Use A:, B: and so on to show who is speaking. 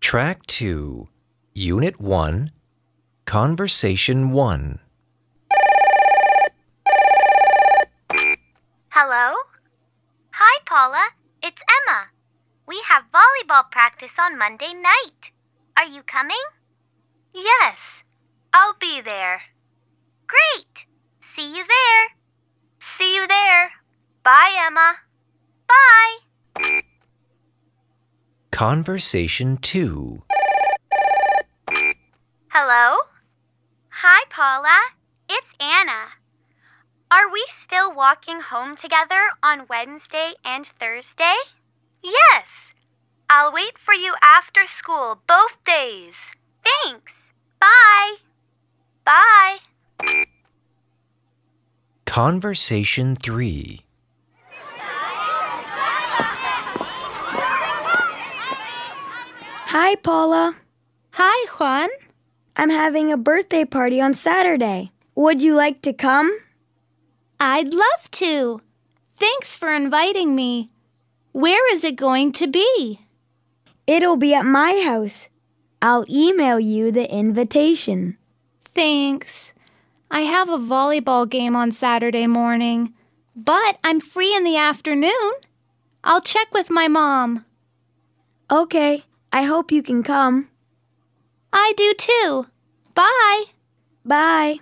A: Track 2, Unit 1, Conversation 1.
B: Hello? Hi, Paula. It's Emma. We have volleyball practice on Monday night. Are you coming? Yes. I'll be there. Great. See you there. See you there. Bye, Emma. Bye.
A: Conversation 2.
B: Hello? Hi, Paula. It's Anna. Are we still walking home together on Wednesday and Thursday? Yes. I'll wait for you after school both days. Thanks. Bye. Bye.
A: Conversation 3.
C: Hi, Paula. Hi, Juan. I'm having a birthday party on Saturday. Would you like to come?
D: I'd love to. Thanks for inviting me. Where is it going to be?
C: It'll be at my house. I'll email you the invitation.
D: Thanks. I have a volleyball game on Saturday morning, but I'm free in the afternoon. I'll check with my mom.
C: Okay, I hope you can come.
D: I do too. Bye.
C: Bye.